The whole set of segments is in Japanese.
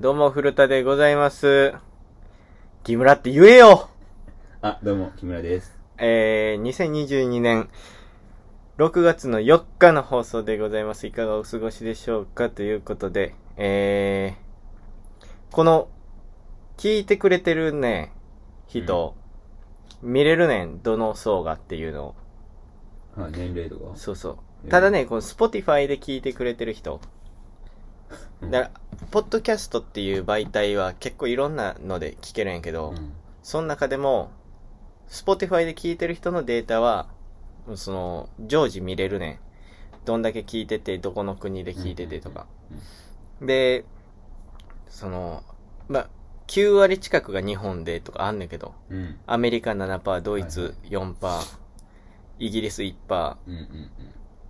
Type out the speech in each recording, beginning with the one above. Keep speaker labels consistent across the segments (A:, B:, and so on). A: どうも、古田でございます。木村って言えよ
B: あ、どうも、木村です。
A: えー、2022年6月の4日の放送でございます。いかがお過ごしでしょうかということで、えー、この、聞いてくれてるね、人、見れるねん、どの層がっていうの
B: あ、年齢と
A: を。
B: か
A: そうそ
B: え
A: う。
B: ー
A: ただね、この Spotify で聞いてくれてる人、だから、ポッドキャストっていう媒体は結構いろんなので聞けるんやけど、
B: うん
A: その中でも、Spotify で聞いてる人のデータは、その、常時見れるねん。どんだけ聞いてて、どこの国で聞いててとか。で、その、まあ、9割近くが日本でとかあんねんけど、
B: うん。うん。
A: アメリカ7%、ドイ
B: はい
A: ツ4%、イギリス1%、
B: うん。うん。うん。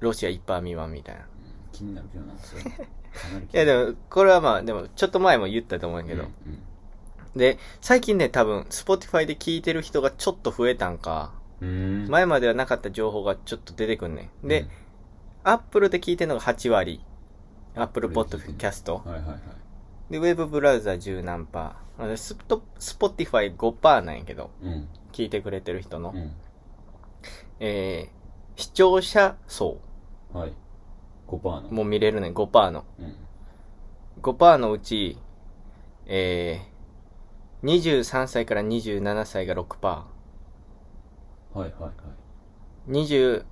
A: ロシア1%未満みたいな。い
B: 気になるけどな、 それ。かなり気になる
A: やでも、これはまあ、でも、ちょっと前も言ったと思うんやけど、
B: うん。
A: で、最近ね、多分、Spotify で聞いてる人がちょっと増えたんか、
B: うん。うん
A: 前まではなかった情報がちょっと出てくんねん。で、、Apple で聞いてるのが8割。Apple Podcast
B: うん。。はいはいはい。
A: で、Web ブラウザ10何パー。なので、スポ Spotify5 パーなんやけど、
B: うん。
A: 聞いてくれてる人の。
B: う
A: えー、視聴者層
B: ん。はい。5%の。
A: も見れるねん、5パーの。
B: うん。
A: 5パーのうち、えー、23歳から27歳が6パ
B: はいはいはい。
A: ー。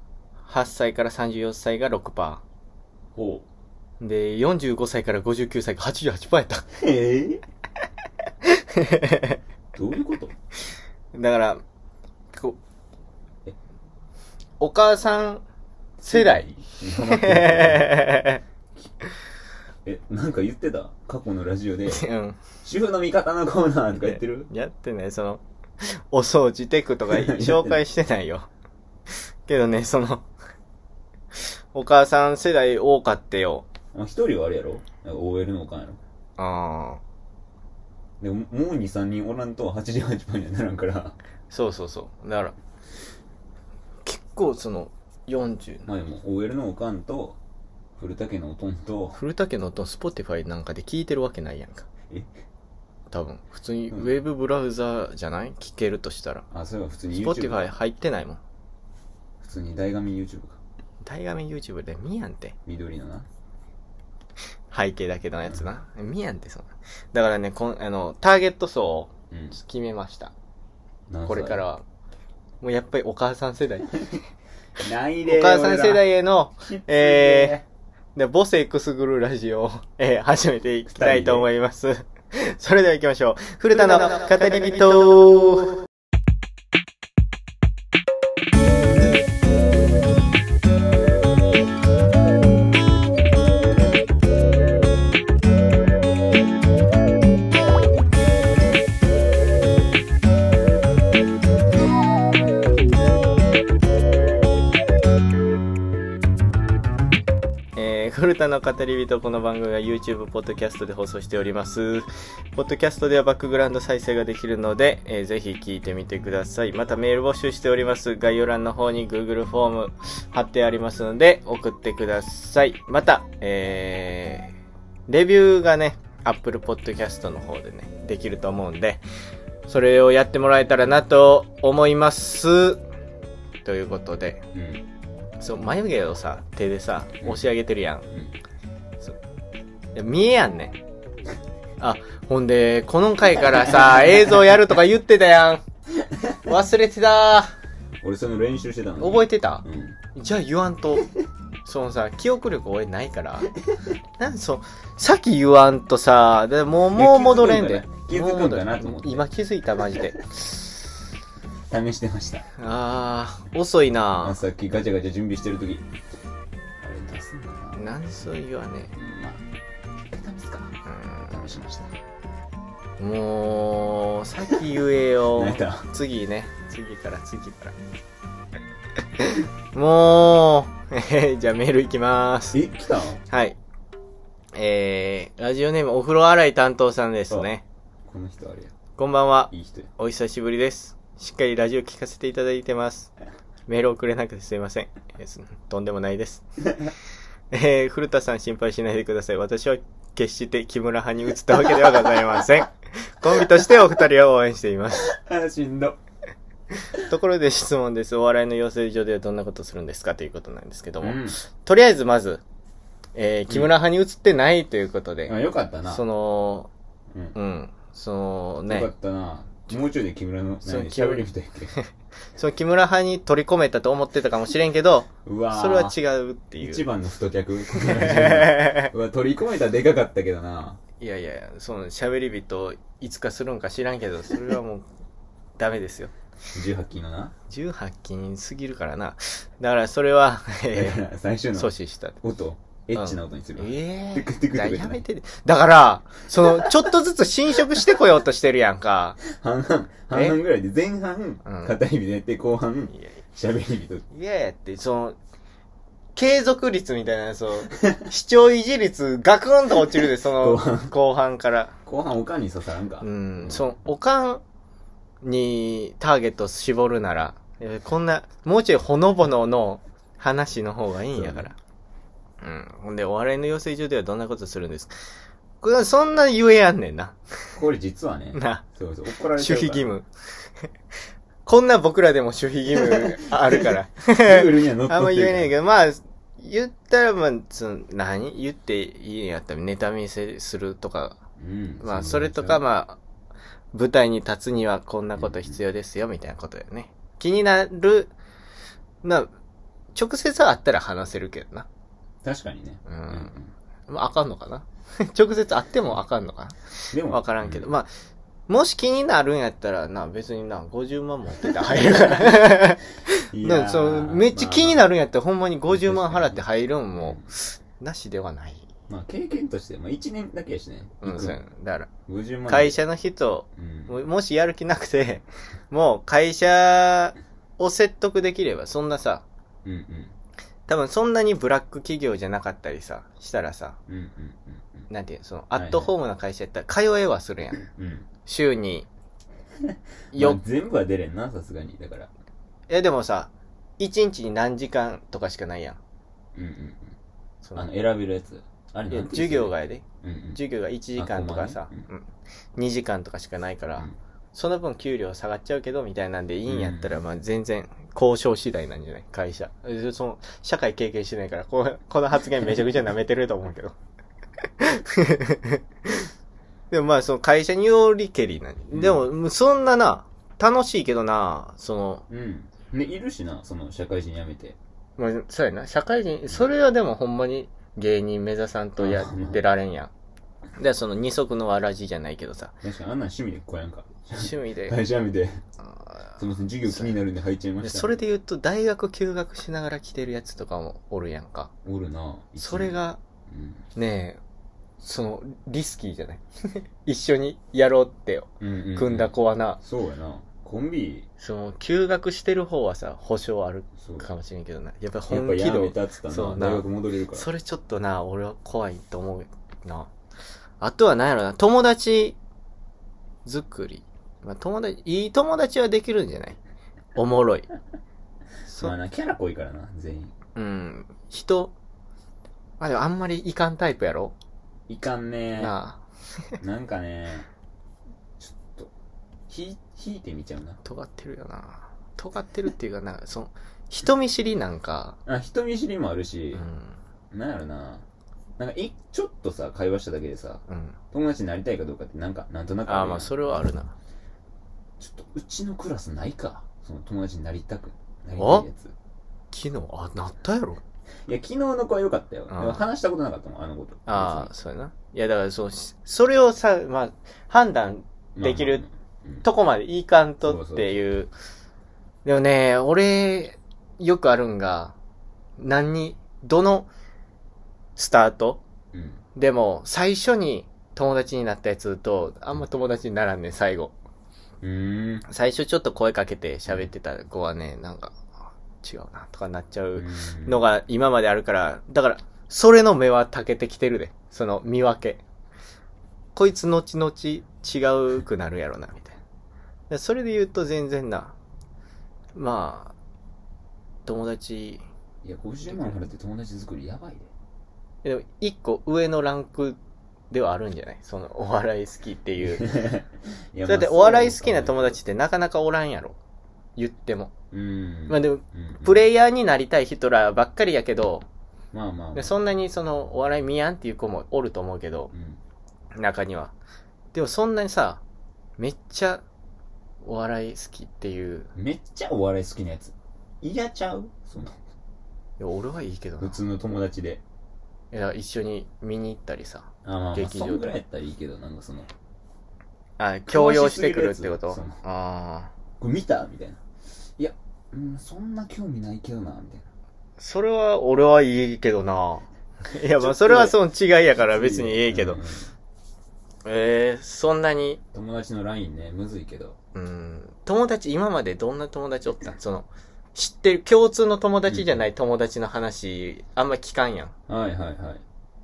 A: 28歳から34歳が6パ
B: ほ
A: ー。で、45歳から59歳が88パーやった。
B: う。へえ どういうこと
A: だから、こう
B: え
A: お母さん世代
B: え、なんか言ってた過去のラジオ で、
A: うん。
B: 主婦の味方のコーナーとか言っ てる
A: やってない、その、お掃除テクとか紹介してない よ。けどね、その、お母さん世代多かってよ。
B: あ一人はあれやろなんか ?OL のおかんやろ
A: あ
B: でも、もう2、3人おらんと88番にはなら んから。
A: あ。そうそうそう。だから、結構その、40。
B: まあでも、OL のおかんと、古竹のおとんと、
A: 古竹の音、スポティファイなんかで聞いてるわけないやんか。
B: え
A: 多分、普通に
B: う
A: ウ
B: ん
A: ェブブラウザじゃない聞けるとしたら。
B: あ、それは普通に YouTube。
A: Spotify 入ってないもん。
B: 普通に大紙 YouTube か。
A: 大画面 YouTube で見やんて。
B: 緑のな。
A: 背景だけのやつな。見やんて、そんな。だからね、こん、あの、ターゲット層を
B: うん。
A: 決めました。
B: 何歳
A: これから。は。もうやっぱりお母さん世代。
B: ないで
A: お母さん世代。への、
B: 俺ら
A: えで母性くすぐるラジオを、えー始めていきたいと思います。 それでは行きましょう。古田の語り人えー、古田の語り人この番組は YouTube、ポッドキャストで放送しております。ポッドキャストではバックグラウンド再生ができるので、えーぜひ聞いてみてください。またメール募集しております。概要欄の方に Google フォーム貼ってありますので、送ってください。また、えー、レビューがね、Apple Podcast の方でね、できると思うんで、それをやってもらえたらなと思います。ということで、
B: うん。
A: そう、眉毛をさ、手でさ、
B: うん
A: 押し上げてるやん。
B: うん。
A: いや見えやんねん。あ、ほんで、この回からさ、映像やるとか言ってたやん。忘れてた
B: 俺その練習してたのに。
A: 覚えてた
B: うん。
A: じゃあ言わんと。そのさ、記憶力俺ないから。なんそう、さっき言わんとさ、でもう、
B: いや
A: もう戻れんで。
B: 気づくんかな気づくんかなと思
A: もう
B: って
A: 戻れん今気づいた、マジで。
B: 試してました。
A: あー、遅い
B: あ
A: な
B: さっきガチャガチャ準備してる時。あれ出すんかなうん
A: なんそう言わね。
B: まあ、試すか。試しました。
A: うんもう、さっき言えよ。
B: 泣いた。
A: 次ね次から次からもう、 えーじゃあメールいきます
B: え、来た
A: はいえー、ラジオネームお風呂洗い担当さんですね
B: この人あれや。
A: こんばんはい
B: い人や。
A: お久しぶりですしっかりラジオ聞かせていただいてますメール送れなくてすいません、 えーすとんでもないですえー、古田さん心配しないでください私は決して木村派に移ったわけではございませ ん。コンビとしてお二人を応援 しています。
B: あ、しんど。
A: ところで質問です。お笑いの養成所ではどんなことするんですかということなんですけども。
B: うん。
A: とりあえずまず、えー木村派に移ってないということで、
B: あ、よかったな。
A: その、
B: うん
A: うん、その
B: よか
A: ね
B: っ、たな。もうちょいで木村の、
A: そう
B: 何喋りみ たいっけ。
A: その木村派に取り込めたと思ってたかもしれんけど、
B: うわー
A: それは違うっていう。
B: 一番の太客。
A: いう
B: わ、取り込めたらでかかったけどな。
A: やいや、その喋り人いつかするんか知らんけど、それはもう ダメですよ。
B: 18金のな。
A: 18禁すぎるからな。だからそれ は、
B: だ
A: え
B: から、最終
A: ー、
B: の
A: 阻止した。
B: 音、エッチな音にするわ。
A: ええ
B: テクテクテクテク
A: やめてね。だから、その、ちょっとずつ侵食してこようとしてるやん か。
B: 半々、半々ぐらいで、前半
A: うん、
B: 片指でやって、後半、
A: いや
B: 喋り人。
A: いやいやって、その、継続率みたいな、そう、 視聴維持率、ガクンと落ちるで、その、
B: 後
A: 後半
B: 半
A: から。
B: 後半、おかんに刺さらんか。
A: うん、その、おかんにターゲット絞るなら、えこんな、もうちょいほのぼのの話の方がいいんやから。うん。ほんで、お笑いの養成所ではどんなことするんですかこれはそんな言えやんねんな。
B: これ実はね、
A: な、
B: そうそう、怒られ
A: 守
B: ちゃう
A: 秘
B: から。
A: 義務。 こんな僕らでも守秘義務あるから。
B: ルールには乗っ取
A: あんま
B: って
A: 言
B: る
A: え
B: から
A: ないけど、まあ、言ったら、まあ、その、何言っていいんやったら、ネタ見せするとか、
B: うん。
A: まあ、それとか、まあ、舞台に立つにはこんなこと必要ですよ、みたいなことだよね。気になる、まあ、直接会ったら話せるけどな。
B: 確かにね。
A: う。
B: うんん
A: まあ、あかんのかな 直接会ってもあかんのか
B: で
A: な
B: も、
A: わからんけど。
B: う
A: まあ、もし気になるんやったら、な、別にな、50万持ってたら入るから。
B: い
A: な
B: や
A: ん
B: ー
A: かそのめっちゃ気になるんやったら、ほんまに50万
B: まあま
A: 払
B: あ
A: って入るん
B: まあ
A: も、なしではない。
B: まあ、経験として、まあ、1年だけやしね。
A: うん、そうやなだか
B: 50
A: ら、
B: 万。
A: 会社の人、
B: うん。
A: ももしやる気なくて、 もう会社を説得できれば、そんなさ、
B: うんうん。
A: 多分そんなにブラック企業じゃなかったりさ、したらさ、
B: うんうん
A: なんていうの、その、ア
B: はいはい
A: ットホームな会社やったら、通えはするや ん。
B: うんうん。うん。
A: 週に、
B: よ
A: よ、
B: 全部は出れんな、さすがに。だから。
A: え、でもさ、1日に何時間とかしかないやん。
B: うんうん
A: そ
B: うん。あ
A: の
B: の、選べるやつ。あれ
A: いや
B: なんて
A: 授
B: 言うんですか
A: 業が。やで。
B: うんうん。
A: 授業が1時間とかさ
B: あ、ほんま
A: うん2時間とかしかないから、
B: うん
A: その分給料下がっちゃうけどみたいなんでいいんやったら、
B: うん
A: まあ全然交渉次第なんじゃない会社。えその、社会経験してないから、こうこの発言めちゃくちゃ舐めてると思うけど。 でもまあその会社によりけりなん、
B: うん
A: でも、そんなな、楽しいけどな、その、
B: うん。ね、いるしな、その、社会人辞めて。
A: まあ、そうやな。社会人、それはでもほんまに芸人目指さんとやってられんやん。で、その二足のわらじじゃないけどさ、
B: 確かに、あんなん趣味でこうやんか。
A: 趣味で。
B: 会社辞めて、
A: あ
B: すみません、授業気になるんで入っちゃい
A: ー
B: ま
A: で
B: した。
A: それで言うと、大学休学しながら来てるやつとかもおるやんか。
B: おるな。一年
A: それ。が、
B: うん
A: ねえ、その、リスキーじゃない 一緒にやろうって
B: うんうんうん。
A: 組んだ子はな、
B: そうやな。コンビ、
A: その、休学してる方はさ、保証ある
B: そう。
A: かもしれんけどな。やっぱ
B: やっ
A: 本
B: ぱ
A: 気
B: やめ
A: 度、
B: たっつった
A: そ
B: な
A: うな
B: 大学戻れるから
A: それちょっとな、俺は怖いと思うな。あとは何やろな、友達作り。まあ、友達、いい友達はできるんじゃないおも ろい。そ
B: まあなキャラ濃いからな全員
A: うん。人、まあでもあんまりいかんタイプやろ
B: いかんね
A: なあ、
B: なんかねちょっとひ引いてみちゃうな
A: 尖ってるよな。尖ってるっていうかな、その、人見知りなんか、
B: あ人見知りもある
A: う
B: し、
A: ん、
B: なんやろななんかいちょっとさ会話しただけでさ
A: うん。
B: 友達になりたいかどうかってなんかなんとなく
A: あ
B: る
A: あ、まあそれはあるな。
B: ちょっとうちのクラスないかその友達になりたくなりたいやつ
A: 昨日、あ、なったやろ
B: いや昨日の子は良かったよで
A: あー
B: も話したことなかったもんあのこと
A: ああ、そうやな。いやだからそう、しそれをさ、まあ、判断、
B: 別に
A: できる
B: まあまあまあうん
A: とこまでいいかんとっていう。でもね、俺、よくあるんが、何に、どの、スタート
B: うん
A: でも、最初に友達になったやつと、あんま友達にならんねん、最後。
B: うーん
A: 最初ちょっと声かけて喋ってた子はね、なんか、あ違うな、とかなっちゃうのが今まであるから、だから、それの目はたけてきてるで。その見分け。こいつ後々違うくなるやろな、みたいなで。それで言うと全然な、まあ、友達、
B: いや50万払って友達作りやばいで
A: でも一個上のランクではあるんじゃないその、お笑い好きって いう。
B: いや
A: だって、
B: まあ
A: お笑い好きな友達ってなかなかおらんやろ。言っても。
B: うん。
A: まあでも、
B: うんうん
A: プレイヤーになりたい人らばっかりやけど、
B: まあまあま
A: で
B: あ。
A: そんなにその、お笑い見やんっていう子もおると思うけど、
B: うん
A: 中には。でもそんなにさ、めっちゃ、お笑い好きっていう。
B: めっちゃお笑い好きなやつ。嫌ちゃうその、
A: いや、俺はいいけど
B: 普
A: な。
B: 通の友達で。
A: いや、一緒に見に行ったりさ。
B: あ、まあまあ、
A: 劇場
B: そ
A: で
B: んぐらいやったらいいけど、なんかその、
A: あ、強要してくるってこと
B: そう
A: ああ。
B: これ見たみたいな。いや、うん、そんな興味ないけどな、みたいな。
A: それは、俺はいいけど な。いや、まあ、それはその違いやから別にええけど
B: うん。
A: ええそんなに、
B: 友達の LINE ね、むずいけど。
A: うん、友達、今までどんな友達おったんその、知ってる、共通の友達じゃない友達の話、あんま聞かんやん。
B: はいはいはい。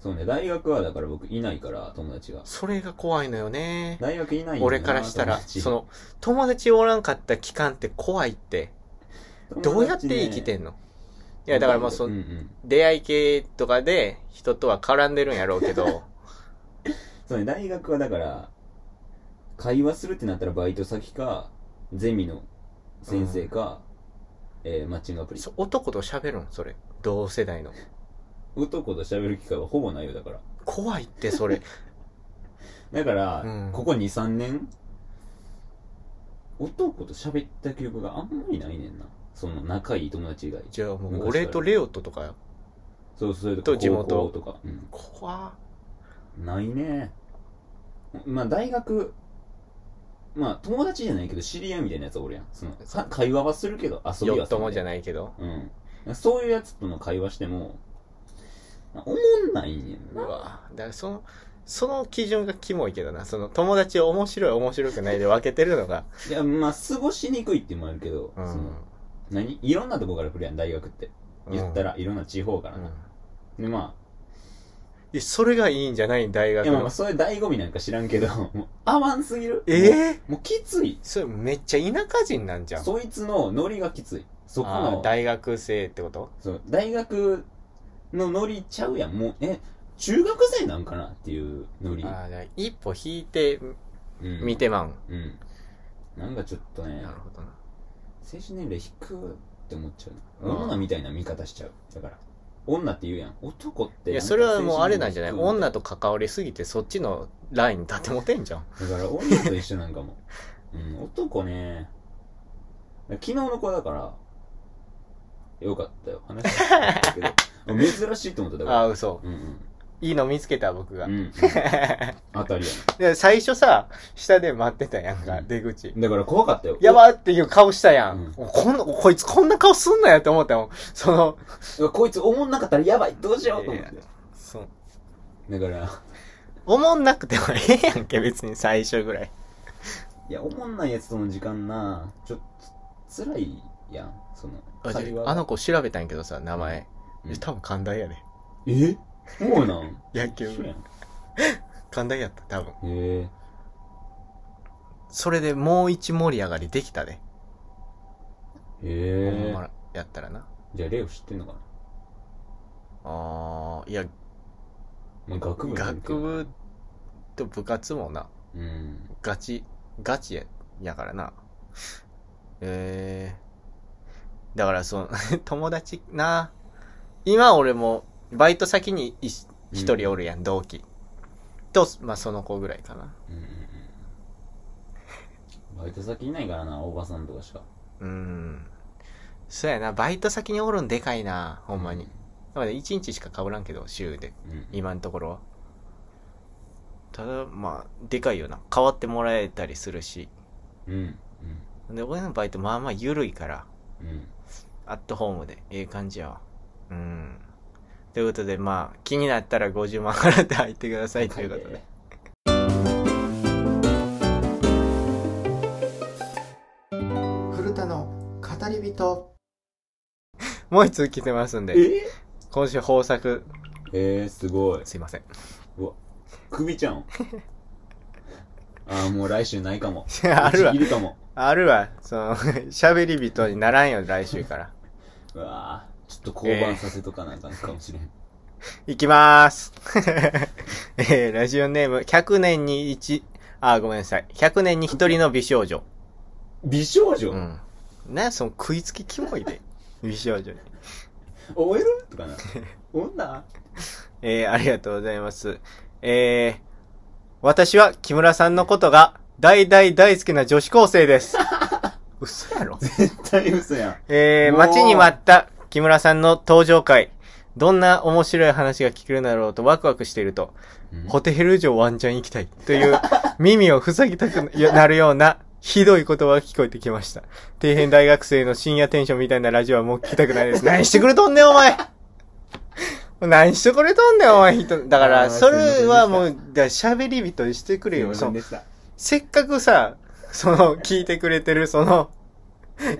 B: そうね、大学はだから僕いないから、友達が。
A: それが怖いのよね。
B: 大学いないんだな
A: 俺からしたら、
B: 友達
A: その、友達おらんかった期間って怖いって、どうやって生きて
B: ん
A: んのいや、だからまあ、そ
B: うんう
A: の、
B: ん。
A: 出会い系とかで人とは絡んでるんやろうけ ど、
B: そうね、大学はだから、会話するってなったらバイト先か、ゼミの先生か、えーマッチングアプリ。
A: そ男と喋るんそれ。同世代の。
B: 男と喋る機会はほぼないよ、だから。
A: 怖いって、 それ。
B: だから、
A: うん
B: ここ2、3年、男と喋った記憶があんまりないねんな。その仲いい友達以外。
A: じゃあもう、俺とレオットとかよ。
B: そう、それと
A: と
B: か
A: 地元
B: 高校とか。うん
A: 怖っ
B: ないねまあ大学まあ友達じゃないけど知り合いみたいなやつはおるやんその
A: そう
B: か会話はするけど遊び
A: よ
B: は
A: っともじゃ
B: ない、
A: ないけど。
B: うん、そういうやつとの会話してもまあおもんないねん
A: う
B: な
A: わだからその、その基準がキモいけどな。その友達を面白い面白くないで分けてるのが。
B: いやまあ過ごしにくいっていうのもあるけど、
A: うん
B: その何いろんなとこから来るやん大学って言った。ら、いろんな地方か
A: う
B: ら
A: んう
B: な、
A: ん
B: でま
A: いやそれがいいんじゃない大
B: あい
A: 学
B: やまあまあ
A: の。
B: そういう醍醐味なんか知らんけどもう合わんすぎる
A: ええ
B: もうもうきつい
A: それめっちゃ田舎人なんじゃん。
B: そいつのノリがきついそこ
A: あ
B: の
A: ー大学生ってこと
B: そう、大学のノリちゃうやん。もう、え、中学生なんかなっていうノリ。
A: あーじゃあ一歩引いて
B: うん
A: 見。てまうん。
B: うん。なんかちょっとね
A: な、るほどな。
B: 精神年齢低くって思っちゃう。
A: うん
B: 女みたいな見方しちゃう。だから。女って言うやん。男って。
A: いや、それはもうあれなんじゃない
B: だ
A: 女と関わりすぎてそっちのラインに立てもてんじゃん。
B: から女と一緒なんかも。 うん、男ね。昨日の子だから、よかったよ。話したけど。 珍しいと思っただ
A: あ
B: か
A: あ、嘘。
B: ら。うんうん。
A: いいの見つけた僕が
B: う。ん、 うん。当たりや
A: で最初さ、下で待ってたやんか、
B: うん
A: 出口。
B: ん。だから怖かったよ。
A: やばーっていう顔したやん。
B: う
A: こんな、こいつこんな顔すんなよって思ったもん。その、
B: うわこいつ思んなかったらやばいどうしようと思って。
A: そう。
B: だから、
A: 思んなくてもええやんけ、別に最初ぐらい。
B: いや、思んないやつとの時間な、ちょっと辛いやん、その。
A: あ
B: 会話
A: の子調べたんやけどさ、名前。
B: うん
A: え多分寛大やで。
B: えそうなん
A: 野球
B: 一緒やん。
A: 寛大やった、多分。
B: え
A: それでもう一盛り上がりできたで。
B: え
A: ほ
B: え
A: ん
B: え
A: まやったらな。
B: じゃあ、レオ知ってんのかな
A: あー、いや、
B: もう学部なんだけ
A: 学
B: ど
A: 部と部活もな、
B: うん。
A: ガチ、ガチややからな。えー、だからその、 友達な、今俺も、バイト先にい一人おるやん、同期。と、まあ、その子ぐらいかな。
B: うんうんうん。バイト先いないからな、おばさんとかしか。
A: うーん。そうやな、バイト先におるんでかいな、ほんまに。。まあ、1日しか被らんけど、週で。
B: うん。
A: 今のところは。ただ、まあ、でかいよな。変わってもらえたりするし。
B: うん。うん。
A: で、俺のバイト、まあまあ、緩いから。
B: うん。
A: アットホームで、ええ感じやわ。うん。ということで、まあ、気になったら50万払って入ってくださいということで。古田の語り人。もう一通来てますんで、
B: え
A: 今週豊作、
B: えー、すごい。
A: すいません。
B: 首ちゃうん。ああ、もう来週ないか も。
A: あるわ
B: い、るかも。
A: あるわ。その、 喋り人にならんよ、来週から。
B: うわぁ、ちょっと降板させとかなあかんかもしれん。
A: いきまーす。 えーラジオネーム、100年に一、あー、ごめんなさい。100年に一人の美少女。
B: 美少女、
A: うん。な、その食いつきキモいで。美少女に。
B: おえると かな。女
A: えーありがとうございます。えー私は木村さんのことが大大大好きな女子高生です。 嘘やろ
B: 絶対嘘やん。
A: えー
B: もう
A: 待ちに待った木村さんの登場回。どんな面白い話が聞けるだろうとワクワクしていると、ホテル城ワンチャン行きたいという耳を塞ぎたくなるようなひどい言葉が聞こえてきました。底辺大学生の深夜テンションみたいなラジオはもう聞きたくないです。何してくれとんねんお前何してくれとんねんお前人。だか
B: あー
A: ら、それはも
B: す
A: う、だ喋り人にしてくれよ。
B: すい
A: そ
B: ません
A: の
B: でした。
A: せっかくさ、その、聞いてくれてる、その、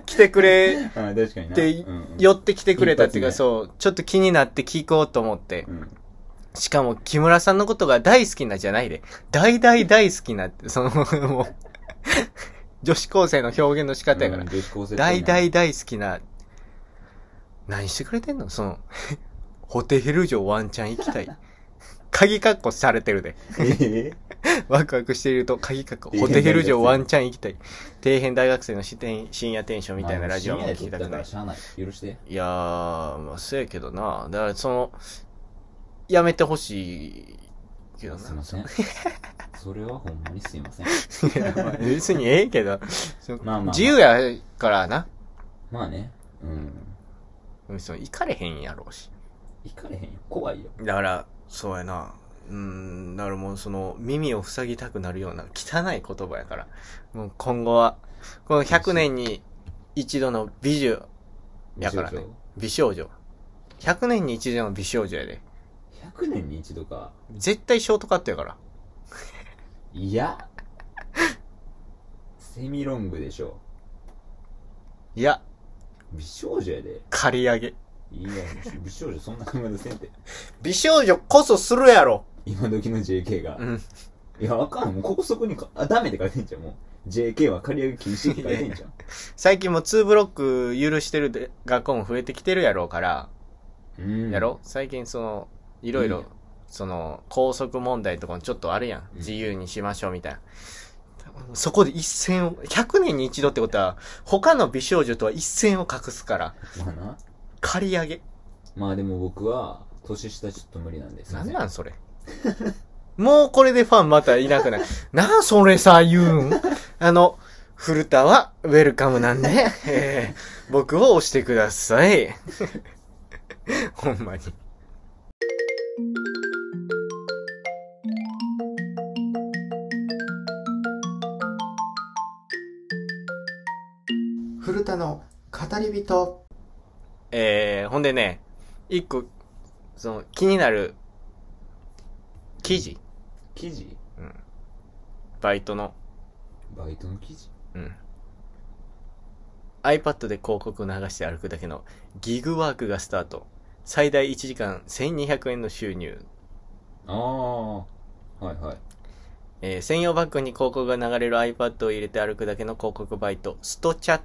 A: 来てくれ
B: あー確かにな。
A: で、
B: うんうん
A: 寄ってきてくれたっていうか、
B: 一発
A: そう、ちょっと気になって聞こうと思って
B: う。ん
A: しかも、木村さんのことが大好きなじゃないで。大大大好きな って、その、もう、女子高生の表現の仕方やから
B: うん。女子高生っぽいな
A: 大大大好きな、何してくれてんのその、ホテル城ワンチャン行きたい。鍵括弧されてるで。
B: ええ
A: ワクワクしていると、鍵括弧ホテル城ワンチャン行きたい。底辺大学生の視点深夜テンシ ョンみたいなラジオも聞きたくな
B: まあ深夜で撮ったか
A: い
B: ら。しゃあない。許して。
A: いやー、まあ、そうやけどな。だから、その、やめてほしいけど
B: すい
A: な
B: ま。せん。それはほんまにすいません。
A: いやまあ別にええけど、その
B: まあまあまあ
A: 自由やからな。
B: まあね。うん。
A: その行かれへんやろうし。
B: 行かれへんよ。怖いよ。
A: だから、そうやな。うん、だからもうその耳を塞ぎたくなるような汚い言葉やから。もう今後は、この100年に一度の美女、やからね
B: 美少
A: 美少女。100年に一度の美少女やで。
B: 女。100年に一度か。
A: 絶対ショートカットやから。
B: いや。セミロングでしょ。
A: いや、
B: 美少女やで。
A: 刈り上げ。
B: いや、美少女そんな考え出せんて。
A: 美少女こそするやろ
B: 今時の JK が。
A: うん。
B: いや、わかんない。もう高速にか、あ、ダメって書いてんじゃん、もう。JK は借り上げ禁止って書いてんじゃん。
A: 最近も2ブロック許してるで学校も増えてきてるやろうから、
B: う ん
A: やろ最近その、いろい
B: いい
A: ろ
B: よ、
A: その、校則問題とかもちょっとあるやん。
B: うん
A: 自由にしましょうみたいな。そこで一線を、100年に一度ってことは、他の美少女とは一線を隠すから、
B: まあな。
A: 借り上げ。
B: まあでも僕は、年下ちょっと無理なんです。
A: なんなんんそれ。もうこれでファンまたいなくない。 なんそれさ、言うんあの、古田はウェルカムなんで、えー僕を押してください。 ほんまに。古田の語り人。えー、ほんでね、一個、その、気になる、記事
B: 記事
A: バイトの。
B: バイトの記事
A: うん。iPad で広告を流して歩くだけのギグワークがスタート。最大1時間1200円の収入。
B: ああ。はいはい。
A: えー専用バッグに広告が流れる iPad を入れて歩くだけの広告バイト、ストチャ、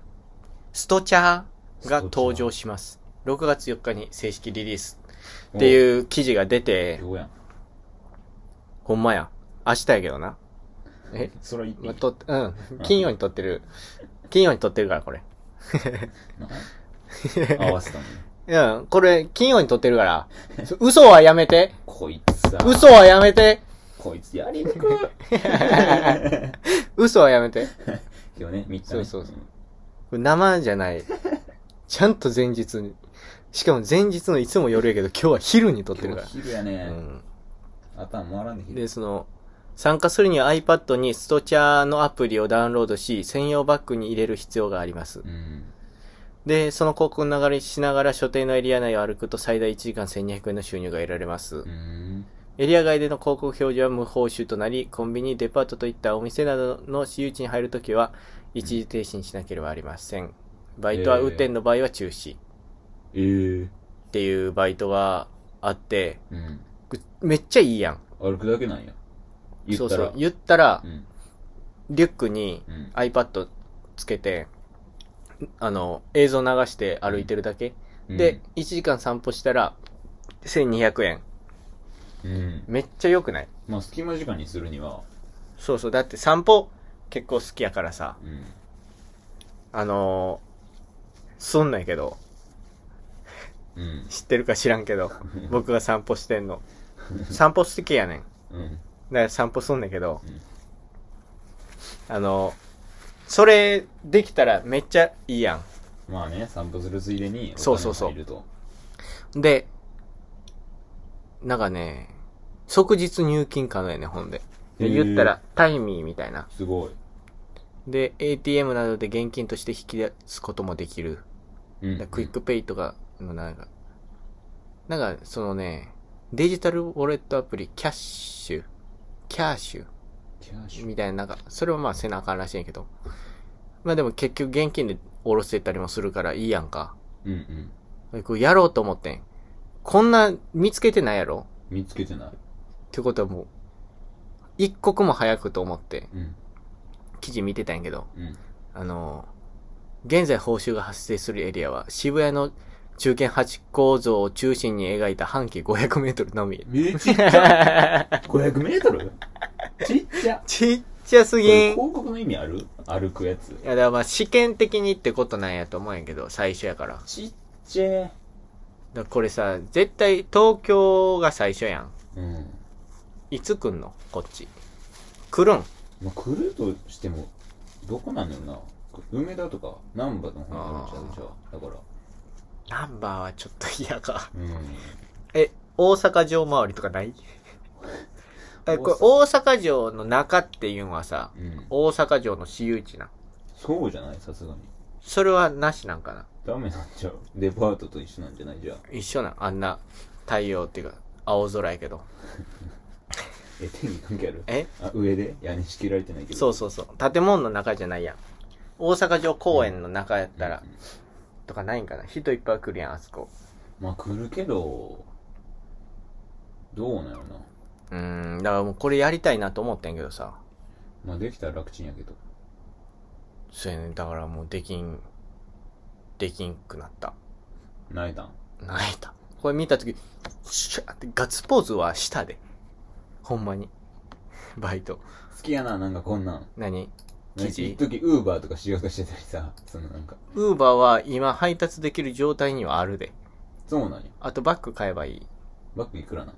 A: ストチャーが登場します。6月4日に正式リリースって
B: う。
A: いう記事が出て、
B: どうやん。
A: ほんまや。明日やけどな。え、
B: それは言ってい
A: ま
B: い
A: あ、と、うん。金曜に撮ってる。金曜に撮ってるから、これ。
B: な合わせた のね。
A: うん、これ、金曜に撮ってるから。嘘はやめて。
B: こいつさ。
A: 嘘はやめて。
B: こいつやり にくい。
A: 嘘はやめて。
B: 今日ね、みっ
A: そうそうそうこれ生じゃない。ちゃんと前日に。しかも前日のいつも夜やけど、今日は昼に撮ってる
B: 今
A: か
B: 日昼や
A: ら。
B: ね
A: う。ん。
B: 頭回らんで昼。
A: で、その、参加するには iPad にストチャーのアプリをダウンロードし、専用バッグに入れる必要があります
B: う。ん。
A: で、その広告の流れしながら所定のエリア内を歩くと最大1時間1200円の収入が得られます
B: う。ん。
A: エリア外での広告表示は無報酬となり、コンビニ、デパートといったお店などの私有地に入るときは、一時停止にしなければありません。バイトは
B: えー
A: 雨天の場合は中止っ
B: ええ。
A: ていうバイトがあって、
B: うん。
A: めっちゃいいやん。
B: 歩くだけなんや。言
A: そ
B: っ
A: う
B: た
A: そ
B: ら。
A: う。言ったら
B: う、ん。
A: リュックに
B: うん。
A: iPad つけて、あの、映像流して歩いてるだけ。
B: うん
A: で、、1時間散歩したら、1200円。
B: うん。
A: めっちゃ良くない
B: まあ、隙間時間にするには、
A: そうそう。だって散歩結構好きやからさ。
B: うん。
A: あのー、そんなんやけど、
B: うん。
A: 知ってるか知らんけ ど、僕が散歩してんの。散歩好きやねん。
B: うん。
A: だから散歩すんねんけど、
B: うん
A: あのー、それできたらめっちゃいいや
B: まあね、散歩するついでに、
A: そうそうそう
B: いると。
A: ん。で、なんかね、即日入金可能やねん、ほんで。で
B: へー
A: 言ったら、タイミーみたいな。
B: すごい。
A: で、ATM などで現金として引き出すこともできる。
B: う
A: だからクイッ。クペイとかのなんか、なんかそのね、デジタルウォレットアプリ、キャッシュ、キャッシ
B: キャッシ
A: ュ
B: ュ。
A: みたいな、なんか、それはまあせなあかんらしいんやけど。まあでも結局現金で下ろせたりもするからいいやんか。
B: うんうん。
A: これやろうと思ってん。こんな見つけてないやろ
B: 見つけてない。
A: ってことはもう、一刻も早くと思って、
B: うん。
A: 記事見てたんやけど、
B: うん。
A: あの、現在報酬が発生するエリアは渋谷の中堅八構造を中心に描いた半径500メートルのみ。
B: えちっちゃ !500 メートルちっちゃ
A: ちっちゃす
B: こ
A: ぎん。
B: れ
A: い
B: 広告の意味ある歩くやつ。
A: や、だからまあ試験的にってことなんやと思うんやけど、最初やから。だか
B: ちっちゃい。
A: らこれさ、絶対東京が最初やん。
B: うん。
A: いつ来んのこっち。来るん。
B: まあ、来るとしても、どこなんだろうな。梅田とか、南波の方になっちゃうじゃん。だから。
A: ナンバーはちょっと嫌か。
B: うん。
A: え、大阪城周りとかない え、これ大
B: 大
A: 阪城の中っていうのはさ、
B: うん。
A: 大阪城の私有地なん。
B: そうじゃないさすがに。
A: それはなしなんかな
B: ダメなんちゃう。デパートと一緒なんじゃないじゃあ。
A: 一緒なんあんな太陽っていうか青空やけど
B: え、天気関係ある
A: え
B: あ、上で屋根仕切られてないけど。
A: そううそうそう建物の中じゃないやん大阪城公園の中やったら、
B: んうん
A: とかないんかな人いっぱい来るやんあそこ
B: まあ来るけど、どうなのな。
A: うーんだからもうこれやりたいなと思ってんけどさ
B: まあできたら楽ちんやけど。
A: そうやねだからもうできんできんくなった
B: 泣いたん
A: 泣いたこれ見た時シャーってガッツポーズはしたでほんまにバイト
B: 好きやな、なんかこんなん。
A: 何記事
B: 一時ウーバーとかしようとしてたりさ、そのなんか。
A: ウーバーは今配達できる状態にはあるで
B: そうなんや。
A: あとバッグ買えばいい
B: バッグいくらなん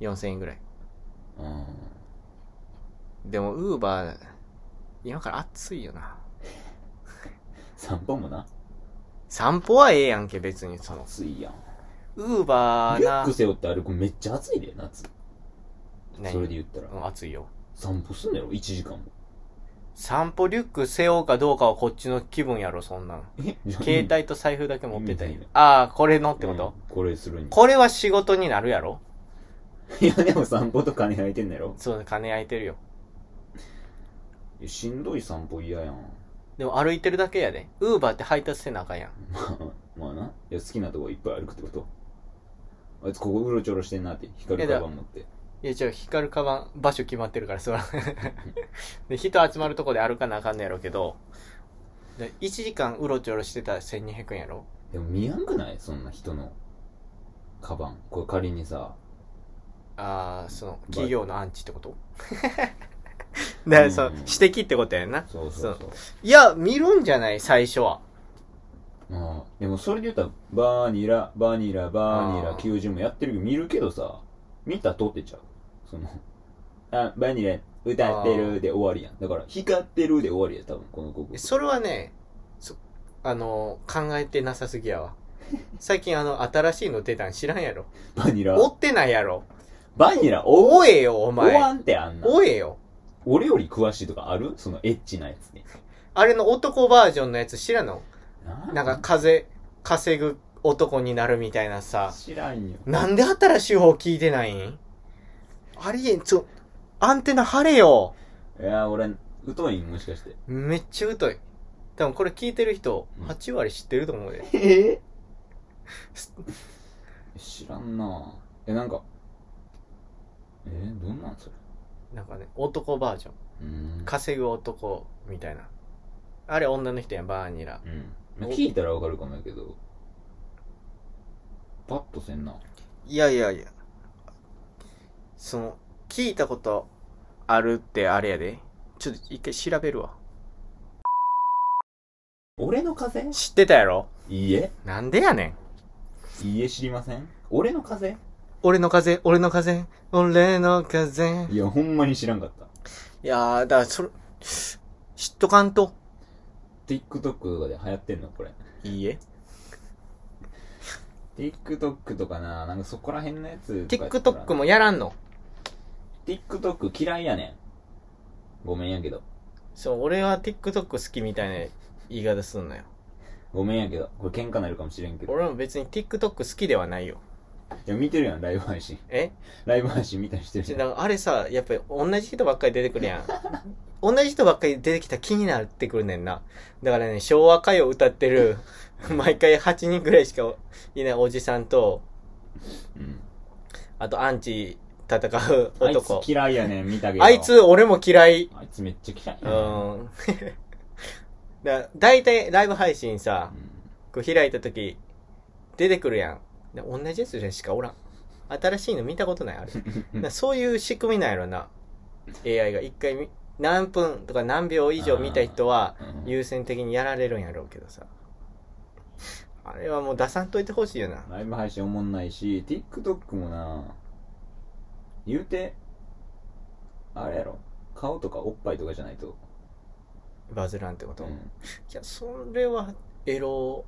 A: 4000円ぐらい
B: あ
A: でも、ウーバー、今から暑いよな。
B: ー散歩もな。
A: 散歩はええやんけ、別に、その。
B: 暑いやん。
A: ウーバー
B: リュッ
A: な
B: ク、背負って歩くめっちゃ暑いで、夏。
A: 何
B: それで言ったら。
A: うん暑いよ。
B: 散歩すんだろ、1時間も。
A: 散歩リュック背負うかどうかはこっちの気分やろ、そんなん。
B: え
A: 携帯と財布だけ持ってた
B: う
A: り
B: ん。
A: ああ、これのってこ
B: うん
A: と、
B: これするに。
A: これは仕事になるやろ
B: いや、でも散歩と金空いてんだろ。
A: そう、金空いてるよ。
B: いやしんどい散歩嫌やん。
A: でも歩いてるだけやで。ウーバーって配達せなあかんやん。
B: まあ、まあな。いや、好きなとこいっぱい歩くってこと。あいつここうろちょろしてんなって、光るカバン持って。
A: いや、じゃあ、光るカバン、場所決まってるから、そ ら。で、人集まるとこで歩かなあかんのやろうけど、で1時間うろちょろしてたら1200円やろ
B: でも見やんくないそんな人の、カバン。これ仮にさ、
A: ああその
B: い
A: 企業のアンチってこと だからその
B: うん
A: 指摘ってことやんな
B: そうそうそう。
A: いや見るんじゃない最初は
B: まあ、でもそれで言ったら、バーニラ、バーニラ、バーニ
A: あ
B: ラ、
A: ー
B: 90もやってるけど、見るけどさ、見たとってちゃう。その、あ、バーニラ、歌ってるで終わりやん。だから、光ってるで終わりや、多分、この曲。
A: それはねそあの考えてなさすぎやわ最近あの新しいの出たん知らんやろ
B: バーニラ、
A: 追ってないやろ
B: バーニラ、お、
A: 追えよお
B: おわ
A: 前
B: んってあんな。
A: 追えよ
B: 俺より詳しいとかあるそのエッチなやつね。
A: あれの男バージョンのやつ知らんのなんか風稼ぐ男になるみたいなさ
B: 知らんよ。
A: なんで新しい方聞いてないんありえんちょアンテナ張れよ
B: いや、俺、疎いん、もしかして。
A: めっちゃ疎い。多分これ聞いてる人
B: う、ん
A: 8割知ってると思うで。
B: え 知らんなえ、なんか、えー、どんなんそれ。
A: なんかね、男バージョン。
B: うーん。
A: 稼ぐ男みたいな。あれ女の人やん、バーニラ。
B: うん。まあ聞いたらわかるかもやけど、パッとせんな。
A: いやいやいや。その、聞いたことあるってあれやで。ちょっと一回調べるわ。
B: 俺の風邪
A: 知ってたやろ
B: いいえ。
A: なんでやねん。
B: いいえ知りません俺の風邪
A: 俺の風、俺の風、俺の風。
B: いや、ほんまに知らんかった。
A: いやー、だからそれ、知っとかんと。
B: TikTok とかで流行ってんのこれ。
A: いいえ。
B: TikTok とかな、なんかそこら辺のやつとかやったら
A: TikTok もやらんの。
B: TikTok 嫌いやねん。ごめんやけど。
A: そう、俺は TikTok 好きみたいな言い方すんなよ。
B: ごめんやけど。これ喧嘩なるかもしれんけど。い
A: 俺も別に TikTok 好きではないよ。
B: や、見てるやん、ライブ配信。
A: え
B: ライブ配信見たりしてる
A: ちょ
B: やん。
A: なんかあれさ、やっぱり同じ人ばっかり出てくる やん。同じ人ばっかり出てきたら気になってくるねんな。だからね、昭和歌謡歌ってる、 毎回8人ぐらいしかいないおじさんと、
B: うん。
A: あとアンチ戦う
B: あい
A: 男
B: つ。嫌いやねん、見たけど。
A: あいつ、俺も嫌い。
B: あいつめっちゃ嫌いうやねん。
A: ん。 だだいたいライブ配信さ、
B: う
A: こう開いた時、出てくるやん。で同じやつしかおらん。新しいの見たことない、あ れ。
B: ん
A: なそういう仕組みなんやろな AI が一回み何分とか何秒以上見た人は
B: うん
A: 優先的にやられるんやろうけどさあれはもう出さんといてほしいよな
B: ライブ配信おもんないし、TikTok もな、言うて、あれやろ、顔とかおっぱいとかじゃないと。
A: バズらんってこと、
B: う
A: い
B: ん
A: やそれはエロ思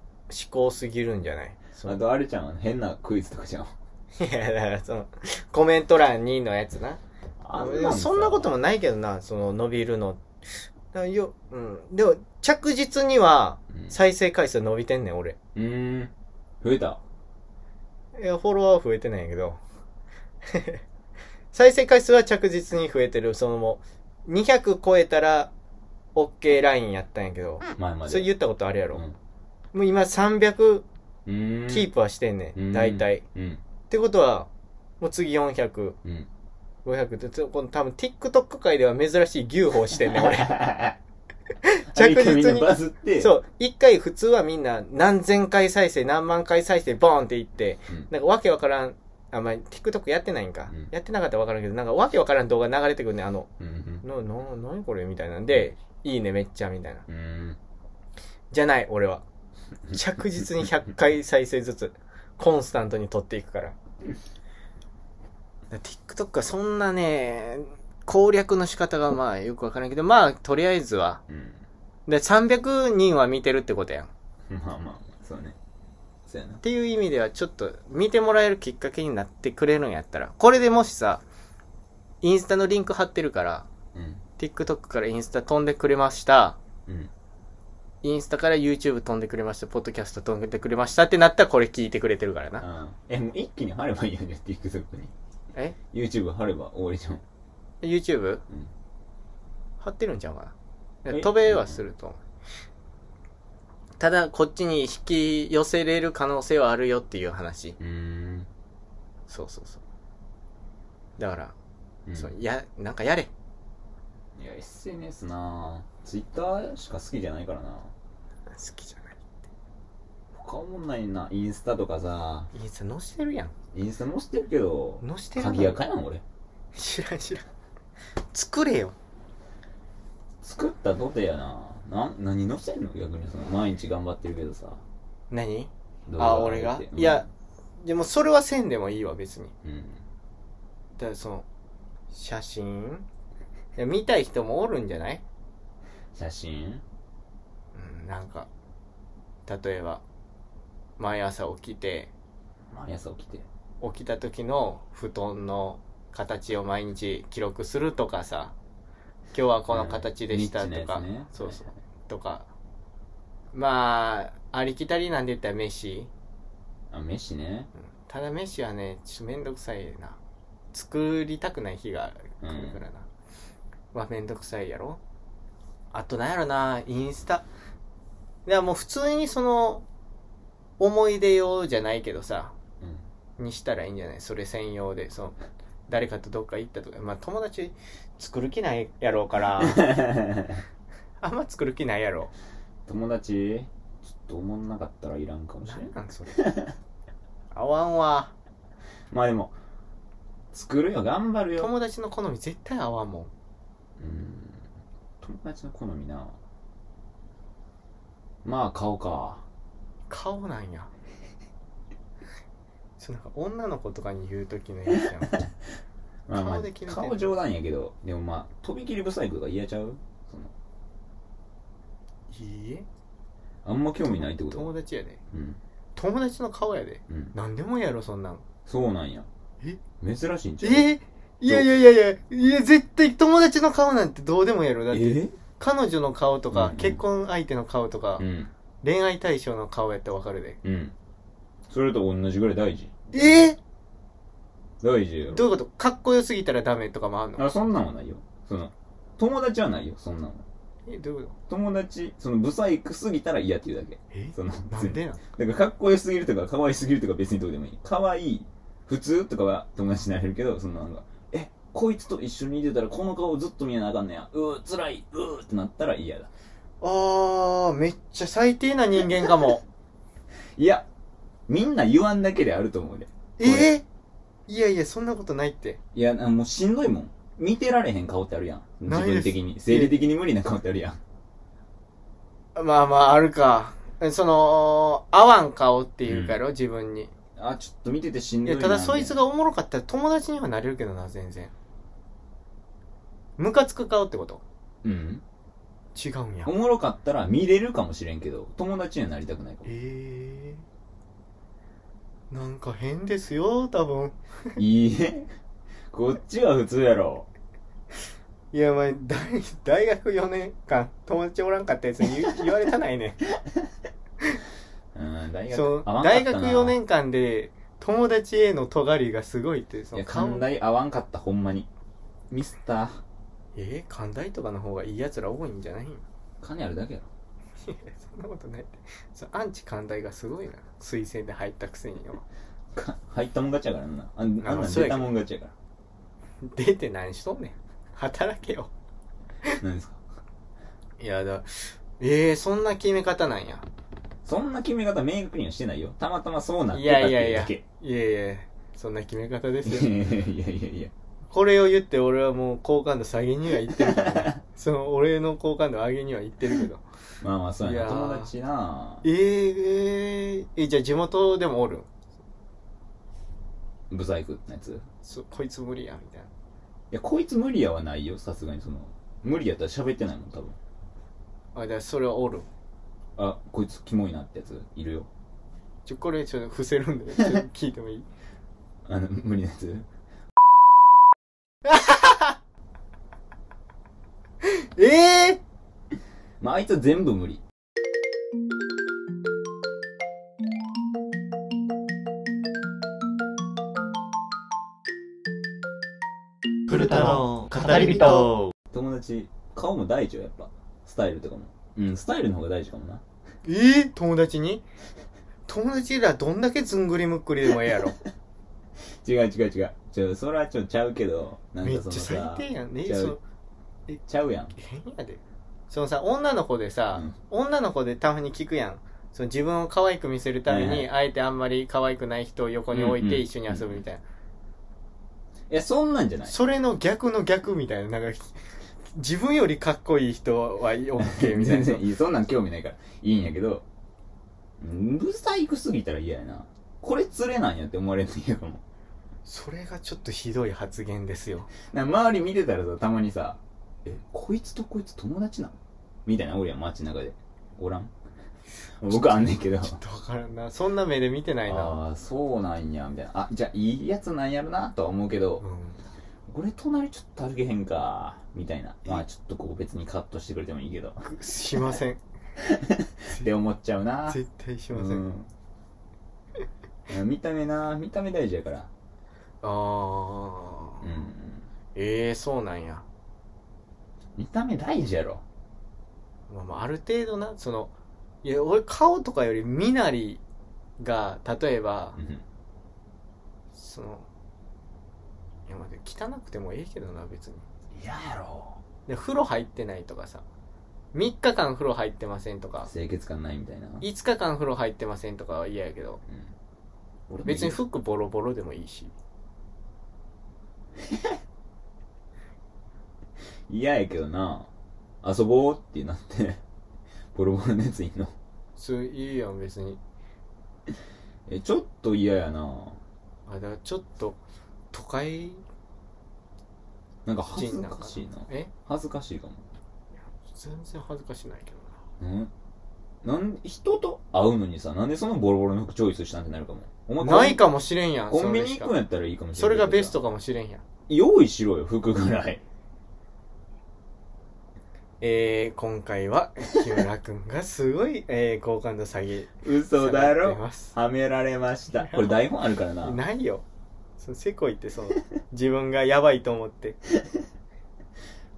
A: 考すぎるんじゃないその
B: あとあれちゃん、変なクイズとかじゃん。
A: いやだからそのコメント欄にのやつな
B: あ
A: でもそんなこと
B: も。
A: もないけどなその伸びるのだからよ、うん、でも着実には
B: うん
A: 再生回数伸びてんねん俺
B: うーん。増えた。
A: いや、フォロワーは増えてないんやけど。 再生回数は着実に増えてる。そのもう、200超えたら、OK ラインやったんやけど。
B: 前まで。
A: それ言ったことあるやろ。
B: うん
A: もう今300
B: うーん。
A: キープはしてんね
B: うん
A: ん。大体。っ
B: うん。
A: てことは、もう次400、
B: うん。
A: 500って、つこの多分 TikTok 界では珍しい牛歩して んねん、俺。
B: 着
A: 着実
B: 実
A: に
B: に。バズって。
A: そう。一回普通はみんな何千回再生、何万回再生、ボーンっていって、
B: うん
A: なんかわけわからん、あ、まあ、TikTok やってないんか。
B: うん
A: やってなかったらわからんけど、なんかわけわからん動画流れてくるね、あの、
B: うん。うん。
A: な、な、なにこれみたいなんで、いいねめっちゃ、みたいな。
B: うーん。
A: じゃない、俺 は。着実に100回再生ずつ、コンスタントに撮っていくから。だから TikTok はそんなね、攻略の仕方がまあよくわからんけど、まあとりあえずは。
B: うん。
A: で、300人は見てるってことやん。
B: まあまあ、そうね。そうやな
A: っ。ていう意味ではちょっと見てもらえるきっかけになってくれるんやったらこれでもしさインスタのリンク貼ってるから
B: うん。
A: TikTok からインスタ飛んでくれました
B: うん。
A: インスタから YouTube 飛んでくれましたポッドキャスト飛んでくれましたってなったらこれ聞いてくれてるからな
B: あーえ、もう一気に貼ればいいよね、TikTok に。
A: え
B: YouTube 貼れば終わりじゃん。
A: YouTube
B: うん
A: 貼ってるんちゃうかな
B: え
A: 飛べはすると思うただこっちに引き寄せれる可能性はあるよっていう話
B: うーん。
A: そうそうそうだから、
B: うん
A: そうやなんかやれ
B: いや、SNS なぁ。Twitter しか好きじゃないからな
A: 好きじゃない
B: 他おもんないな。インスタとかさ、
A: インスタ載してるやん。
B: インスタ載してるけど、
A: 載してるの
B: 鍵やかやん、俺。
A: 知らん知らん。作れよ。
B: 作ったとてやなな何載せんの逆にその毎日頑張ってるけどさ
A: 何
B: 動
A: あ
B: 上
A: 俺
B: げて
A: が、
B: うん
A: いや、でもそれはせんでもいいわ、別に。
B: うん
A: だからその、写真いや見たい人もおるんじゃない
B: 写真
A: うん、なんか、例えば、毎朝起きて、
B: 毎朝起きて
A: 起きた時の布団の形を毎日記録するとかさ、今日はこの形でした
B: うんニ
A: と
B: ッチな
A: か、
B: やつね
A: そうそう。とか、まあ、ありきたりなんで言ったら飯。
B: あ飯ね
A: ただ飯はね、ちょっとめんどくさいな。作りたくない日が来るからな。まあめんどくさいやろ。あとなんやろな、インスタ。いやもう普通にその、思い出用じゃないけどさ、
B: うん
A: にしたらいいんじゃないそれ専用で、その、誰かとどっか行ったとか、まあ友達作る気ないやろうから、 あんま作る気ないやろ。
B: 友達ちょっと思んなかったらいらんかもしれん
A: なんなんそれ。合わんわ。
B: まあでも作るよ、頑張るよ。
A: 友達の好み絶対合わんもん
B: うん。友達の好みな。まあ、顔か。
A: 顔なん やそうなんか女の子とかに言う時のやつやん
B: まあまあ
A: 顔で決めてんの
B: 顔冗談やけど、でもまあ、とびきりブサイクとか嫌ちゃうその
A: いいえ
B: あんま興味ないってこと
A: 友達やで
B: うん。
A: 友達の顔やで
B: うん。
A: 何でもいいやろそんなん
B: そうなんや。
A: え
B: 珍しいんちゃう
A: えいやいやいやいやいや絶対友達の顔なんてどうでもいいやろだって
B: え
A: 彼女の顔とか、
B: うんうん
A: 結婚相手の顔とか、
B: うん。
A: 恋愛対象の顔やったらわかるで
B: うん。それと同じぐらい大事。
A: え
B: 大事よ。
A: どういうことかっこよすぎたらダメとかもあんの
B: あ、そんなんはないよ。その、友達はないよ、そんなんは。
A: えどういうこと
B: 友達、その、ブサイクすぎたら嫌っていうだけ。
A: え
B: その、
A: なんでなん
B: だから、かっこよすぎるとか、可愛すぎるとか別にどうでもいい。可愛い、普通とかは友達になれるけど、そのなんか、え、こいつと一緒にいてたらこの顔ずっと見なあかんねや。うー、辛い、うーってなったら嫌だ。
A: あーめっちゃ最低な人間かも
B: いや、みんな言わんだけであると思うで。
A: ええいやいやそんなことないって
B: いや、なもうしんどいもん。見てられへん顔ってあるやん。
A: な
B: 自
A: いです
B: 分的に。生理的に無理な顔ってあるやん。
A: まあまああるかえその合わん顔っていうかやろ、自分に
B: あ、ちょっと見ててしん
A: い
B: ど
A: や
B: いな。
A: ただそいつ
B: が。
A: がおもろかったら友達にはなれるけどな全然ムカつく顔ってこと
B: うん。
A: 違うんや
B: おもろかったら見れるかもしれんけど、友達にはなりたくないかも。
A: えー、なんか変ですよ多分
B: いいえ。こっちが普通やろ。
A: いやお前大大学4年間友達おらんかったやつに 言う言われたないね
B: うん、大学。
A: そう
B: 合わんかっ
A: 大
B: たな
A: 学4。年間で友達への尖りがすごいってそ
B: いや、
A: の
B: 寛大合わんかった、ほんまに。ミスった。
A: えー、寛大とかの方がいいやつら多いんじゃないんい
B: 金あるだけやろ。
A: やそんなことないってそうアンチ寛大がすごいな推薦で入ったくせによ
B: か入ったもん勝ちやからな。あん
A: あ
B: あんなん
A: そうや
B: 出
A: けど
B: たもん勝ちやか
A: 出て何しとんねん働けよ
B: ら。何ですか
A: いやだえー、そんな決め方なんや
B: そんな決め方明確にはしてないよ。たまたまそうなっ
A: い
B: てた
A: や
B: って
A: いやい
B: いう
A: や
B: だけ。
A: いやいやそんな決め方ですよ
B: いやいやいやいや。
A: これを言って俺はもう好感度下げには行ってるから、ね、その俺の好感度上げには行ってるけど
B: まあまあ、そうや
A: いや
B: な。
A: ー
B: 友達な
A: えー、えー、えじゃあ地元でもおるん
B: ブサイクなやつ。い
A: そこいつ無理やみたいな
B: や、こいつ無理やはないよ、さすがにその。無理やったら喋ってないもん、多分。
A: あだからそれはおるん
B: あ、こいつキモいなってやつ、いるよ。
A: ちょこれちょっと伏せるんでちょっと聞いてもいい
B: あの、無理なやつ。
A: ええ
B: まあ、あいつは全部無理。
C: 古田の語り人。
B: 友達、顔も大事よ、やっぱ。スタイルとかも。うん、スタイルの方が大事かもな。
A: えー友達に友達らどんだけずんぐりむっくりでもええやろ
B: 違う違う違う。ちょ、それはちょ、ちゃうけど、 なん
A: めっ
B: か
A: ち
B: そ
A: ゃ
B: のさ
A: 最、低やんね
B: ちゃう
A: その
B: ちゃうやん。
A: 変やでそのさ女の子でさ、女の子でたまに聞くやんその自分を可愛く見せるために、
B: はい
A: あえてあんまり可愛くない人を横に置い
B: うんう
A: て
B: ん
A: 一緒に遊ぶみたいな、
B: いや、そんなんじゃない。
A: それの逆の逆みたいななんか自分よりかっこいい人は OK みたい
B: 全
A: な
B: 然いい。そんなん興味ないから。いいんやけど、うんブサイクすぎたら嫌やな。これ釣れなんやって思われるんやかも。
A: それがちょっとひどい発言ですよ
B: なんか周り見てたらさ、たまにさ、え、こいつとこいつ友達なのみたいな、おるやん、街中で。おらん僕あんねんけど。
A: ちょっとわからんなそんな目で見てないな、
B: ああ、そうなんや、みたいな。あ、じゃあいいやつなんやろな、とは思うけ
A: う
B: ど、
A: ん、
B: 俺隣ちょっと歩けへんか、みたいな。
A: え
B: まあちょっとここ別にカットしてくれてもいいけど。
A: しません
B: って思っちゃうな。
A: 絶対しません、
B: うんいや見た目な見た目大事やから
A: ああ、
B: うん
A: ええそうなんや
B: 見た目大事やろ
A: まあ、まあある程度なそのいや俺顔とかより身なりが例えば、そのいやまあ汚くてもええけどな別に
B: 嫌やろ
A: で風呂入ってないとかさ3日間風呂入ってませんとか
B: 清潔感ないみたいな
A: 5日間風呂入ってませんとかは嫌やけど
B: 俺も
A: 別に
B: いいよ
A: 服ボロボロでもいいし
B: 嫌やけどな遊ぼうってなって ボロボロのやついんの
A: そういいやん別に
B: えちょっと嫌やな
A: あだからちょっと都会
B: なんか恥
A: 人
B: ず
A: なんか
B: かしいな
A: え
B: 恥ずかしいかも
A: 全然恥ずかしないけどな
B: うんなん人と会うのにさなんでそのボロボロの服チョイスしたんってなるかもお前
A: ないかもしれんやん
B: コンビ
A: それ
B: ニ
A: しか
B: 行くんやったらいいかもしれな
A: それ
B: い
A: がベストかもしれんやん
B: 用意しろよ服ぐ らい
A: えー、今回は木村君がすごい、えー、好感度下げ
B: 嘘
A: 下が
B: だ
A: って
B: ろ
A: ます
B: はめられましたこれ台本あるからな
A: ないよそのせこいってその自分がやばいと思って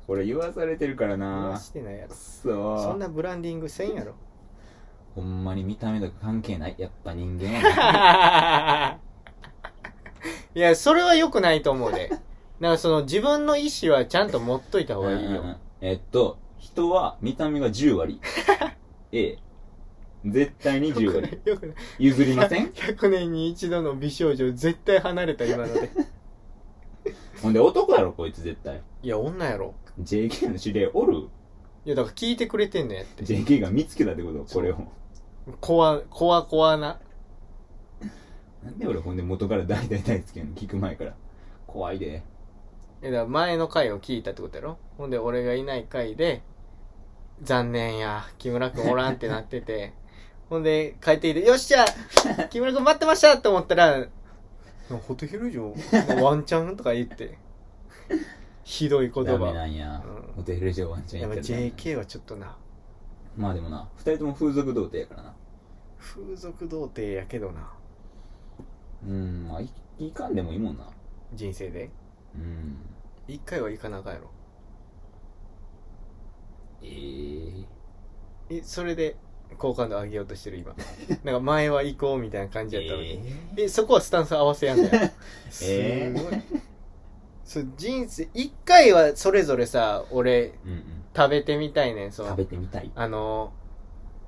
B: これ言わされてるから
A: 言
B: な
A: わしてないや
B: く
A: ろ
B: そ
A: そんなブランディングせん やろ
B: ほんまに見た目とか関係ないやっぱ人間 やな
A: いやそれは良くないと思うでなんかその自分の意思はちゃんと持っといた方がいいよ
B: えっと人は見た目が10割 A 絶対に10割
A: よくない
B: 譲りま せん
A: 100年に一度の美少女絶対離れた今ので
B: ほんで男やろこいつ絶対
A: いや女やろ
B: JK の指令おる
A: いやだから聞いてくれてんねん
B: JK が見つけたってことこれを
A: こわこわこわな
B: なんで俺ほんで元から大大大つけんの聞く前から怖いで
A: えだから前の回を聞いたってことやろほんで俺がいない回で残念や木村くんおらんってなって てほんで帰ってきてよっしゃ木村くん待ってましたと思ったらホテヒル城ワンチャンとか言ってひどい言
B: ダメな
A: 葉
B: んや
A: うん
B: ホテル上ワンちゃん
A: や
B: や
A: っ
B: っ
A: ぱ
B: てるからな
A: JK はちょっとな
B: まあでもな二人とも風俗童貞やからな
A: 風俗童貞やけどな
B: うんまあいいかんでもいいもんな
A: 人生で
B: うん
A: 一回は行かなあかんやろ
B: ええ
A: えそれで好感度上げようとしてる今 なんか前は行こうみたいな感じやったのに、でそこはスタンス合わせやんだよすごい、
B: えー
A: そう人生一回はそれぞれさ俺
B: うんうん
A: 食べてみたいねんそ
B: 食
A: の
B: べてみたい
A: あの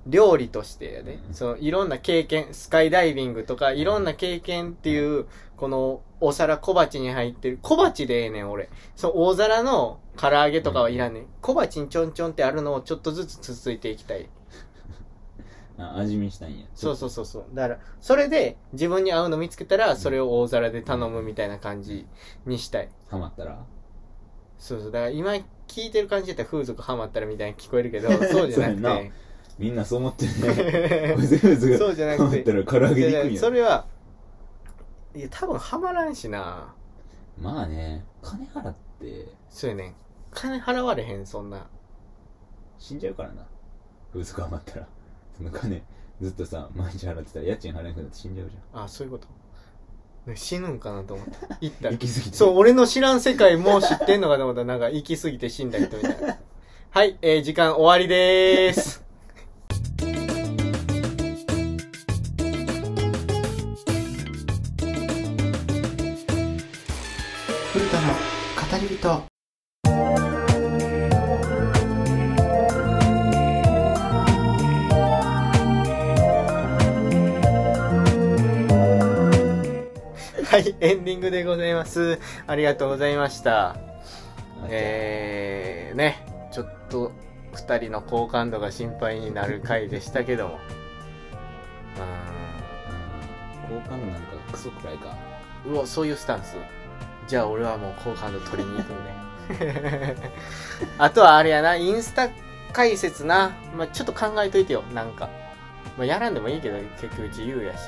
A: 料理としてやで、
B: うん
A: そのいろんな経験スカイダイビングとかいろんな経験っていう、このお皿小鉢に入ってる小鉢でええねん俺その大皿の唐揚げとかはいらんねん、小鉢にちょんちょんってあるのをちょっとずつ続いていきたい
B: あ味見したいんや
A: そうそうそうそう。だから、それで自分に合うの見つけたら、それを大皿で頼むみたいな感じにしたい。
B: ハマったら
A: そうそう。だから今聞いてる感じだったら風俗ハマったらみたいに聞こえる けど、そうじゃ
B: そうや
A: なん
B: みんなそう思ってる
A: く
B: ね
A: て。
B: 全 部
A: そうじゃなくて
B: ハマったら唐揚げに行くん
A: いや
B: や
A: それは、いや、多分ハマらんしな。
B: まあね金払って
A: そうやねん。金払われへん、そんな。
B: 死んじゃうからな風俗ハマったらその金ずっとさ毎日払ってたら家賃払えなくなって死んじゃうじ
A: あ、そういうこと。ね死ぬんかなと思った。行った
B: ゃ
A: ら
B: ん行。き過ぎて
A: そう、俺の知らん世界もう知ってんのかと思ったら、なんか行き過ぎて死んだ人みたいな。 はい、えー、時間終わりでーす。
C: 古田の語り人
A: はい、エンディングでございます。ありがとうございました。
B: あじゃあ
A: えー、ね、ちょっと、二人の好感度が心配になる回でしたけども。
B: うん好感度なんかクソくらいか
A: うーんうお、そういうスタンス。じゃあ俺はもう好感度取りに行くんで。あとはあれやな、インスタ解説な。まあ、ちょっと考えといてよ、なんか。まあ、やらんでもいいけど、結局自由やし。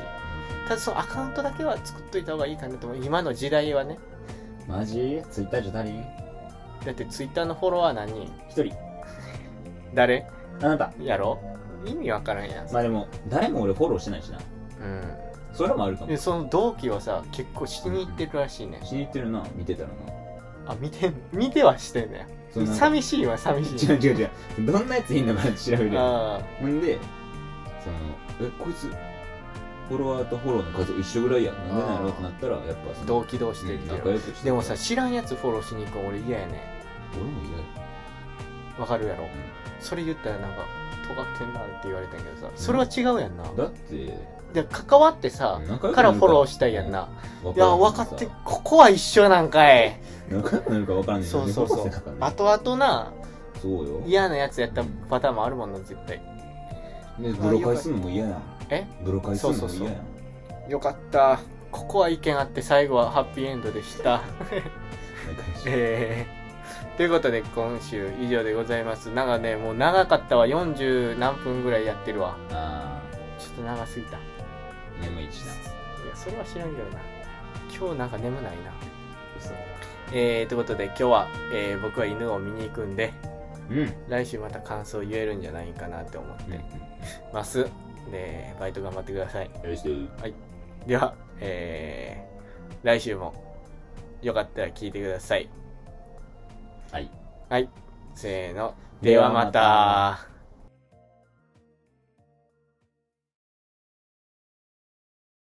A: ただそのアカウントだけは作っといた方がいいかなと思う。今の時代はね。
B: マジツイッターじゃ足りん
A: だってツイッターのフォロワー何人
B: 一人
A: 誰
B: あなた
A: やろ意味わからんやん、
B: まあでも誰も俺フォローしてないしなそれもあるか
A: うん
B: も
A: でその同期はさ結構しに行ってるらしいね
B: 死に行ってるな見てたらな
A: あ見て見てはしてんだよ
B: そのなんか
A: 寂しいは寂しい
B: 違う違う違うどんなやついんのかなって調べるやん
A: あ
B: ほんでそのえこいつフォロワーとフォローの数一緒ぐらいやんなんでなんやろってなったらやっぱ
A: あ
B: その
A: 同期同士で
B: う
A: っ
B: ん
A: てる
B: 仲良くして
A: でもさ知らんやつフォローしに行くの俺嫌やね
B: 俺も意外
A: わかるやろ
B: う
A: それ言ったらなんか尖ってんなって言われたんやけどさそれは違うやんな
B: だって
A: で関わってさ
B: 仲良くなる
A: からフォローしたいやんな
B: 分
A: いや分かってここは一緒なんかい
B: 仲良くなるか分からんねんけ
A: そ
B: ど
A: う
B: ね
A: そうそう
B: 高瀬だからね
A: 後々な
B: そうよ
A: 嫌なやつやったパターンもあるもんな絶対
B: で泥返すのも嫌やん
A: え
B: 泥返すのも嫌やん
A: よかったここは意見あって最後はハッピーエンドでした
B: 仲良し
A: えーということで今週以上でございますなんかねもう長かったわ40何分ぐらいやってるわ
B: あ
A: ちょっと長すぎたい
B: ー眠いしな
A: やそれは知らんけどな今日なんか眠ないな
B: 嘘
A: えー、ということで今日は、えー僕は犬を見に行くんで
B: うんうん
A: 来週また感想言えるんじゃないかなって思ってます、でバイト頑張ってください
B: よろしく
A: では、えー、来週もよかったら聞いてください
B: はい
A: はいせーのではまた